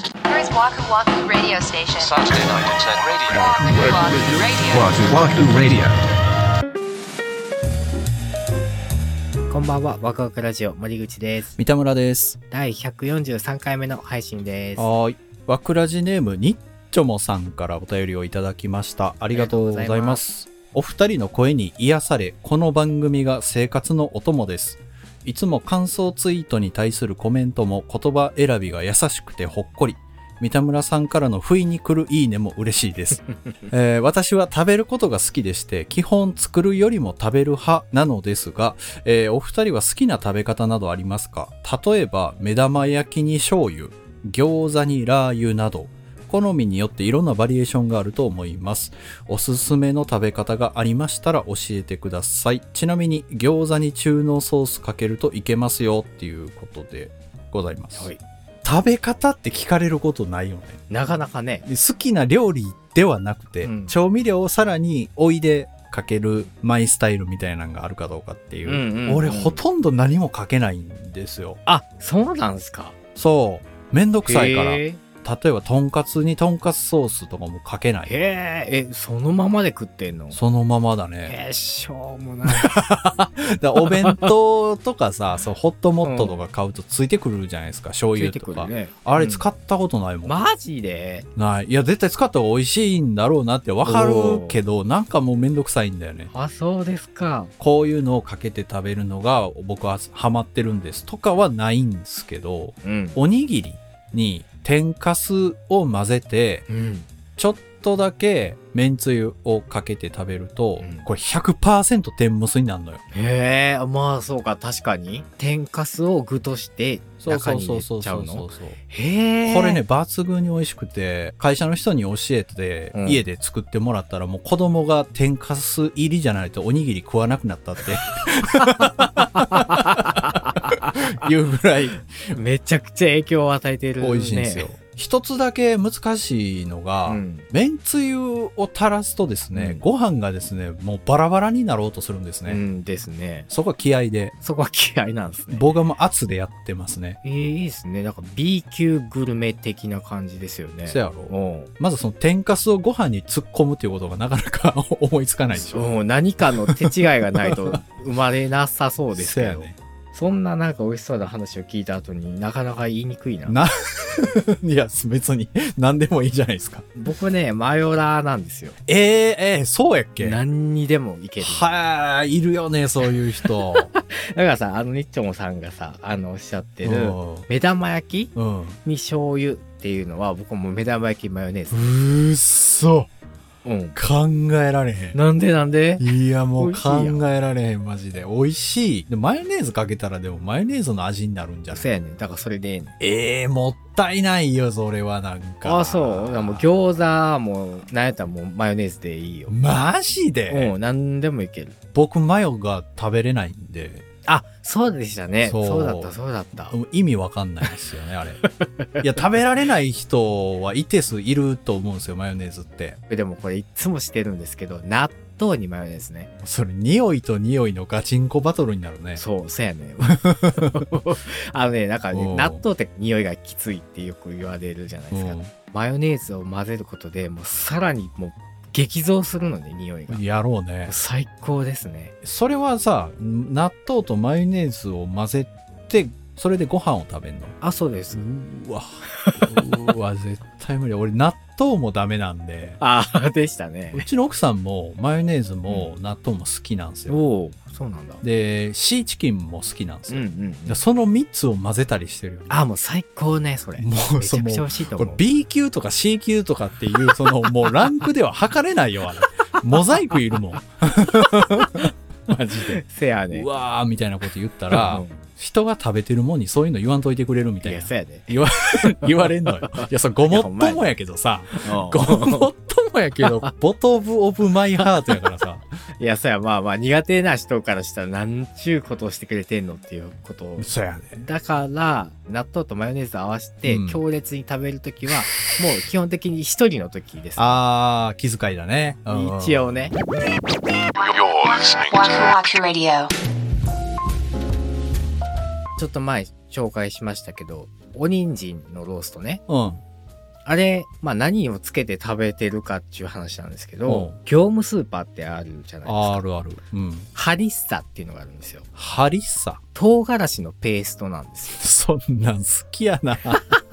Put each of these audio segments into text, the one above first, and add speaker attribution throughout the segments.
Speaker 1: Waku Waku Radio Station.
Speaker 2: Saturday night at 10 radio.
Speaker 1: Waku Waku Radio.
Speaker 3: Wahoo Wahoo Radio.
Speaker 4: こんばんは、ワクワクラジオ森口です。
Speaker 5: 三田村です。
Speaker 4: 第143回目の配信です。あ
Speaker 5: はーい。わくらじネームニッチョモさんからお便りをいただきました。ありがとうござい
Speaker 4: ありがとうございま
Speaker 5: ます。お二人の声に癒され、この番組が生活のお供です。いつも感想ツイートに対するコメントも言葉選びが優しくてほっこり。三田村さんからの不意に来るいいねも嬉しい です、えー私は食べることが好きでして、基本作るよりも食べる派なのですが、えーお二人は好きな食べ方などありますか例えば、目玉焼きに醤油、餃子にラー油など、好みによっていろんなバリエーションがあると思います。おすすめの食べ方がありましたら教えてください。ちなみに、餃子に中濃ソースかけるといけますよっていうことでございます。
Speaker 4: はい
Speaker 5: 食べ方って聞かれることないよね。
Speaker 4: なかなかね、
Speaker 5: で好きな料理ではなくて、
Speaker 4: うん
Speaker 5: 調味料をさらにおいでかけるマイスタイルみたいなのがあるかどうかっていう、
Speaker 4: うんうんうん
Speaker 5: 俺ほとんど何もかけないんですよ
Speaker 4: あ、そうなんすか。
Speaker 5: そうめんどくさいから例
Speaker 4: へ
Speaker 5: えばとんかつにとんかつソースとかもかけな
Speaker 4: え、
Speaker 5: い
Speaker 4: へええ、そのままで食ってんの
Speaker 5: そのままだね
Speaker 4: えー、しょうもない。
Speaker 5: だからお弁当とかさ そうホットモットとか買うとついてくるじゃないですか醤
Speaker 4: つい
Speaker 5: 油
Speaker 4: て
Speaker 5: と
Speaker 4: く
Speaker 5: か、
Speaker 4: るね。
Speaker 5: あれ使
Speaker 4: っ、
Speaker 5: ったことないもん、
Speaker 4: マジで
Speaker 5: ないいや絶対使った方が美味しいんだろうなってわかるけどなんかもうめんどくさいんだよね
Speaker 4: あ、そうですか。
Speaker 5: こういうのをかけて食べるのが僕はハマってるんですとかはないんですけど、
Speaker 4: うん。
Speaker 5: おにぎりに天かすを混ぜて、
Speaker 4: うん。
Speaker 5: ちょっとだけめんつゆをかけて食べると、
Speaker 4: うん
Speaker 5: これ100%天むすになるのよ。
Speaker 4: へえ、まあそうか、確かに。天かすを具として
Speaker 5: そう
Speaker 4: 中
Speaker 5: そう
Speaker 4: に入
Speaker 5: そ
Speaker 4: れ
Speaker 5: うそう
Speaker 4: ちゃ
Speaker 5: そううそ
Speaker 4: の
Speaker 5: う。
Speaker 4: へえ。
Speaker 5: これね、。抜群に美味しくて、会社の人に教えて、
Speaker 4: うん
Speaker 5: 家で作ってもらったら、もう子供が天かす入りじゃないとおにぎり食わなくなった って。いうぐらい
Speaker 4: めちゃくちゃ影響を与えてる、ね。
Speaker 5: 美味しいんですよ。。一つだけ難しいのが、
Speaker 4: うん。
Speaker 5: めんつゆを垂らすとですね、
Speaker 4: うん
Speaker 5: ご飯がですね、もうバラバラになろうとするんですね。
Speaker 4: うんですね。
Speaker 5: そこは気合で、
Speaker 4: そこは嫌いなんですね。
Speaker 5: 僕はもう圧でやってますね。
Speaker 4: えー、いいですね。なんか B 級グルメ的な感じですよね。
Speaker 5: そやろ。
Speaker 4: おう
Speaker 5: まずその天かすをご飯に突っ込むっていうことがなかなか 思いつかないでしょ。
Speaker 4: うん何かの手違いがないと生まれなさそうですけ
Speaker 5: や
Speaker 4: ど、
Speaker 5: ね。
Speaker 4: そんななんか美味しそうな話を聞いた後になかなか言いにくいな。
Speaker 5: な、いや、別に何でもいいじゃないですか。
Speaker 4: 僕ね、マヨラーなんですよ。
Speaker 5: ええええそうやっけ
Speaker 4: 何にでもいける。
Speaker 5: はい、いるよね、そういう人。
Speaker 4: だからさ、あのニッチョモさんがさ、あの、おっしゃってる、目玉焼き
Speaker 5: うん。うん。
Speaker 4: に醤油っていうのは、僕も目玉焼きマヨネーズ
Speaker 5: う。ーっそ。
Speaker 4: うん。
Speaker 5: 考えられへん。
Speaker 4: なんでなんで
Speaker 5: いや、もう
Speaker 4: 美味しいや
Speaker 5: 考
Speaker 4: ん
Speaker 5: えられへん、マジで。美味しい。で、マヨネーズかけたら、でもマヨネーズの味になるんじゃない
Speaker 4: そうやねんだからそれでええねん
Speaker 5: ええもったいないよ、それはなんか。
Speaker 4: あそうだからもう餃子もなんやったらもうマヨネーズでいいよ、
Speaker 5: マジで、
Speaker 4: うん何でもいける
Speaker 5: 僕、マヨが食べれないんで、
Speaker 4: あそうでしたね
Speaker 5: そ
Speaker 4: そううだったそうだった
Speaker 5: 意味わかんないですよね、あれ。いや、食べられない人は一定数いると思うんですよ、マヨネーズって。
Speaker 4: でもこれいつもしてるんですけど納豆にマヨネーズね
Speaker 5: それ、匂いと匂いのガチンコバトルになるね。
Speaker 4: そうそうやね あのねなんか
Speaker 5: お
Speaker 4: ね
Speaker 5: う
Speaker 4: 納豆って匂いがきついってよく言われるじゃないですか、
Speaker 5: う
Speaker 4: マヨネーズを混ぜることでもうさらにもう激増するので匂いが
Speaker 5: ん。やろうね。
Speaker 4: 最高ですね
Speaker 5: それはさ納豆とマヨネーズを混ぜてそれでご飯を食べんの
Speaker 4: あそうです
Speaker 5: うわうわ絶対無理俺納豆もダメなんで
Speaker 4: ああでしたね
Speaker 5: うちの奥さんもマヨネーズも納豆も好きなんですよ、
Speaker 4: おおそうなんだ
Speaker 5: でシーチキンも好きなんです
Speaker 4: うん
Speaker 5: よ、
Speaker 4: うん
Speaker 5: でその3つを混ぜたりしてるよね
Speaker 4: あもう最高ねそれ
Speaker 5: もう
Speaker 4: めち
Speaker 5: そ
Speaker 4: ゃ
Speaker 5: の
Speaker 4: くちゃ美味しいと
Speaker 5: こ
Speaker 4: 思
Speaker 5: れ
Speaker 4: う
Speaker 5: B 級とか C 級とかっていうそのもうランクでは測れないよあれモザイクいるも んマジで
Speaker 4: せやね
Speaker 5: うわーみたいなこと言ったら人が食べてるもんにそういうの言わんといてくれるみ
Speaker 4: い
Speaker 5: たい
Speaker 4: や
Speaker 5: な
Speaker 4: せやで
Speaker 5: 言わ言われんの よ。いや、そう、ごもっともやけどさ、ごもっともやけど、ボトム・オブ・マイ・ハートやからさ、
Speaker 4: いやせやまあまあ苦手な人からしたらなんちゅうことをしてくれてんのっていうことを
Speaker 5: そうやね。
Speaker 4: だから納豆とマヨネーズ合わせて
Speaker 5: うん
Speaker 4: 強烈に食べるときは、もう基本的に一人の時です
Speaker 5: あー、気遣いだね。うん
Speaker 4: 一応ね
Speaker 2: You're listening
Speaker 1: Waku
Speaker 2: to
Speaker 1: Waku Radio.
Speaker 4: ちょっと前紹介しましたけどお人参のローストね
Speaker 5: うん。
Speaker 4: あれ、まあ何をつけて食べてるかっていう話なんですけど
Speaker 5: お、
Speaker 4: 業務スーパーってあるじゃないですか。
Speaker 5: あるある。うん。
Speaker 4: ハリッサっていうのがあるんですよ。
Speaker 5: ハリッサ。
Speaker 4: 唐辛子のペーストなんですよ。
Speaker 5: そんなん好きや な。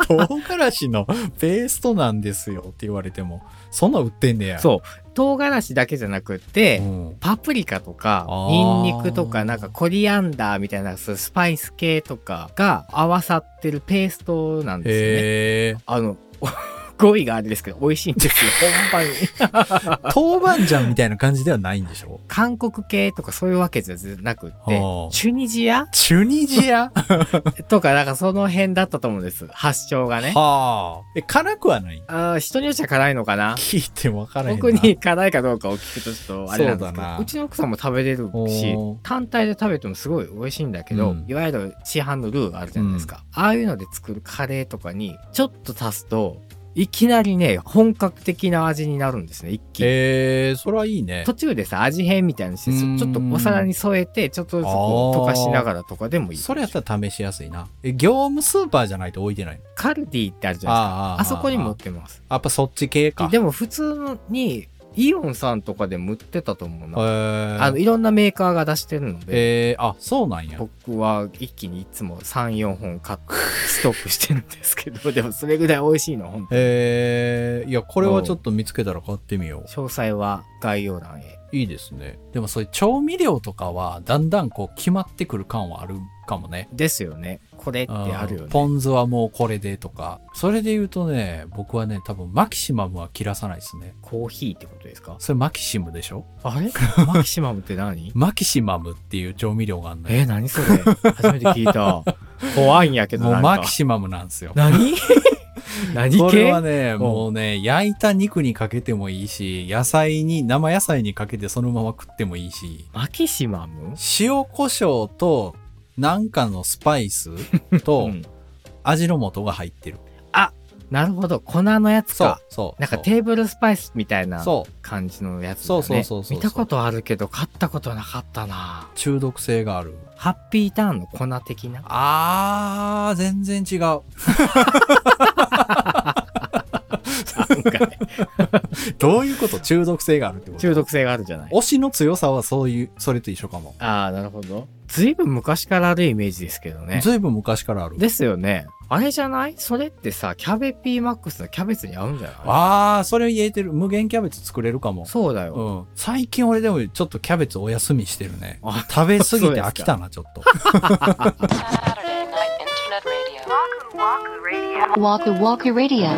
Speaker 5: 唐辛子のペーストなんですよって言われても、そんなん売ってんねや。
Speaker 4: そう。唐辛子だけじゃなくて、
Speaker 5: うん。
Speaker 4: パプリカとか
Speaker 5: あー
Speaker 4: ニンニクとかなんかコリアンダーみたいなそういうスパイス系とかが合わさってるペーストなんですよね。
Speaker 5: へえ。
Speaker 4: あの 語彙があれですけど美味しいんですよ本番に
Speaker 5: 豆板醤みたいな感じではないんでしょ
Speaker 4: 韓国系とかそういうわけじゃなくって
Speaker 5: はあ
Speaker 4: チュニジア
Speaker 5: チュニ ジア
Speaker 4: とかなんかその辺だったと思うんです発祥がね。
Speaker 5: はあ。え、辛くはない
Speaker 4: あー人によっちゃ辛いのかな
Speaker 5: 聞いてもわからへんな。
Speaker 4: 僕に辛いかどうかを聞くとちょっとあれなんです
Speaker 5: そう
Speaker 4: け
Speaker 5: だ
Speaker 4: ど
Speaker 5: な
Speaker 4: うちの奥さんも食べれるし
Speaker 5: おー
Speaker 4: 単体で食べてもすごい美味しいんだけど、
Speaker 5: うん
Speaker 4: いわゆる市販のルーあるじゃないですか、ああいうので作るカレーとかにちょっと足すといきなりね本格的な味になるんですね一気に。
Speaker 5: えー、それはいいね
Speaker 4: 途。中でさ味変みたいにして
Speaker 5: うん
Speaker 4: ちょっとお皿に添えてちょっとずつこう
Speaker 5: あー
Speaker 4: 溶かしながらとかでもいい
Speaker 5: それやったら試しやすいな。え、業務スーパーじゃないと置いてないの
Speaker 4: カルディってあるじゃないですか
Speaker 5: あ
Speaker 4: あそこにも売ってます
Speaker 5: やっぱそっち系か。
Speaker 4: でも普通にイオンさんとかでも売ってたと思う
Speaker 5: え
Speaker 4: な、
Speaker 5: ー、
Speaker 4: あのいろんなメーカーが出してるので、
Speaker 5: えー、あ、そうなんや。
Speaker 4: 僕は一気にいつも34本買ってストックしてるんですけど でもそれぐらい美味しいの本当に
Speaker 5: えー、いや、これはちょっと見つけたら買ってみよ
Speaker 4: 詳細は概要欄へ
Speaker 5: う。いいですね。でもそういう調味料とかは、だんだんこう決まってくる感はあるかもね。
Speaker 4: ですよねこれってあるよ
Speaker 5: うん
Speaker 4: ね
Speaker 5: ポン酢はもうこれでとか。それで言うとね、僕はね、多分マキシマムは切らさないですね。
Speaker 4: コーヒーってことですか
Speaker 5: それマキシムでしょ
Speaker 4: あれ マキシマムって何
Speaker 5: マキシマムっていう調味料があるのよ。
Speaker 4: え何それ初めて聞いた 怖いんやけど
Speaker 5: もう
Speaker 4: なん
Speaker 5: マ
Speaker 4: か
Speaker 5: キシマムなんですよ。
Speaker 4: 何 何
Speaker 5: これは
Speaker 4: 系
Speaker 5: ね、
Speaker 4: ん
Speaker 5: もうね、焼いた肉にかけてもいいし、野菜に、生野菜にかけてそのまま食ってもいいし、
Speaker 4: マキシマム
Speaker 5: 塩胡椒と、なんかのスパイスと
Speaker 4: う、ん
Speaker 5: 味の素が入ってる。
Speaker 4: なるほど粉のやつ
Speaker 5: そう
Speaker 4: か、
Speaker 5: そう。
Speaker 4: なんか
Speaker 5: そう
Speaker 4: テーブルスパイスみたいな
Speaker 5: そう。
Speaker 4: 感じのやつだ
Speaker 5: そ
Speaker 4: ね
Speaker 5: うそうそうそう
Speaker 4: 見たことあるけど買ったことなかったな
Speaker 5: 中毒性がある。
Speaker 4: ハッピーターンの粉的な
Speaker 5: あー、全然違う。
Speaker 4: なんかね
Speaker 5: どういうこと中毒性があるってこと
Speaker 4: 中毒性があるじゃない
Speaker 5: 推しの強さはそういう、それと一緒かも。
Speaker 4: ああなるほどずいぶん昔からあるイメージですけどね
Speaker 5: ずいぶん昔からある。
Speaker 4: ですよねあれじゃないそれってさキャベピーマックスのキャベツに合うんじゃない
Speaker 5: あー、それ言えてる。無限キャベツ作れるかも。
Speaker 4: そうだよ、
Speaker 5: うん、最近俺でもちょっとキャベツお休みしてるね
Speaker 4: あ
Speaker 5: 食べ過ぎ
Speaker 4: そうで
Speaker 5: て
Speaker 4: すか
Speaker 5: 飽きたなちょっと
Speaker 1: Saturday Night Internet Radio. Waku Waku Radio.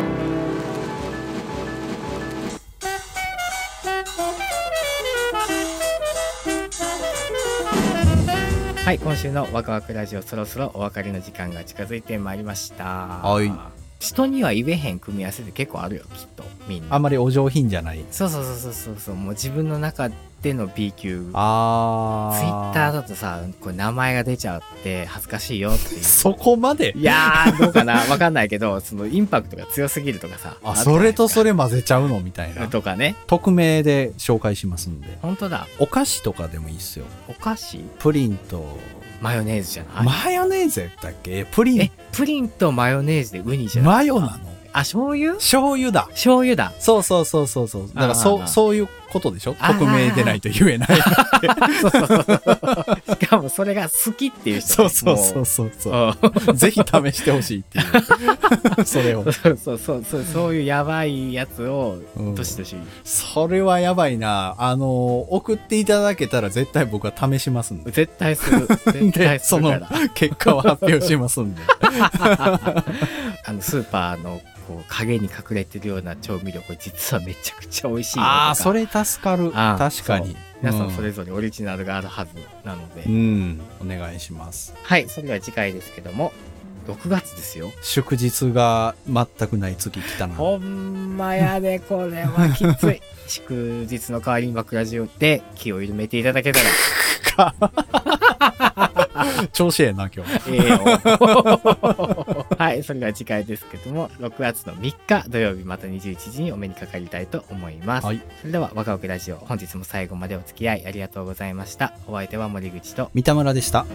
Speaker 4: はい今週のワクワクラジオそろそろお別れの時間が近づいてまいりました
Speaker 5: はい
Speaker 4: 人には言えへん組み合わせって結構あるよきっとみんな
Speaker 5: あんまりお上品じゃない
Speaker 4: そうそうそうそうそうそうもう自分の中での B 級
Speaker 5: あー
Speaker 4: ツイッターだとさこう名前が出ちゃって恥ずかしいよっていう
Speaker 5: そこまで
Speaker 4: いやーどうかなわかんないけどそのインパクトが強すぎるとかさ
Speaker 5: あそれとそ
Speaker 4: れ
Speaker 5: れ混ぜちゃうのみたいな
Speaker 4: とかね
Speaker 5: 匿名で紹介しますんで
Speaker 4: 本当だ
Speaker 5: お菓子とかでもいいっすよ
Speaker 4: お菓子
Speaker 5: プリンと、
Speaker 4: マヨネーズじゃない、
Speaker 5: マヨネーズやったっけプリ
Speaker 4: え
Speaker 5: ン
Speaker 4: プリンとマヨネーズでウニじゃない
Speaker 5: マヨなの
Speaker 4: あ醤油
Speaker 5: 醤油だ
Speaker 4: 醤油だ
Speaker 5: そうそうそうそうそうだからそ
Speaker 4: あー
Speaker 5: うそういうことでしょ
Speaker 4: あー
Speaker 5: 匿名でないと言え ない
Speaker 4: そうそうそうそうしかもそれが好きっていう人
Speaker 5: そ
Speaker 4: ね、
Speaker 5: うそう そう
Speaker 4: う
Speaker 5: そうそう
Speaker 4: そ
Speaker 5: ぜひ試してほしいっ ていう。それを
Speaker 4: う。そうそうそうそうそういうやばいやつを
Speaker 5: うん
Speaker 4: どしどし
Speaker 5: それはやばいな。あの、送っていただけたら絶対僕は試しますんで。
Speaker 4: 絶対する絶対
Speaker 5: で、
Speaker 4: す
Speaker 5: そ
Speaker 4: る
Speaker 5: の
Speaker 4: から
Speaker 5: 結果を発表しますん で。
Speaker 4: あのスーパーのこう影に隠れてるような調味料これ実はめちゃくちゃ美味しいよとか
Speaker 5: ああ、それ助かる。
Speaker 4: あー
Speaker 5: 確かに。
Speaker 4: 皆さんそれ
Speaker 5: う
Speaker 4: ぞれオリジナルがあるはずなので、
Speaker 5: うん。お願いします。
Speaker 4: はいそれでは次回ですけども6月ですよ
Speaker 5: 祝日が全くない月来たな。
Speaker 4: ほんまやでこれはきつい 祝日の代わりに枕ジオで気を緩めていただけたら
Speaker 5: 調子ええな、今日。
Speaker 4: ええよ はいそれでは次回ですけども6月の3日土曜日また21時にお目にかかりたいと思います、
Speaker 5: はい
Speaker 4: それでは若奥ラジオ本日も最後までお付き合いありがとうございましたお相手は森口と
Speaker 5: 三田村でした。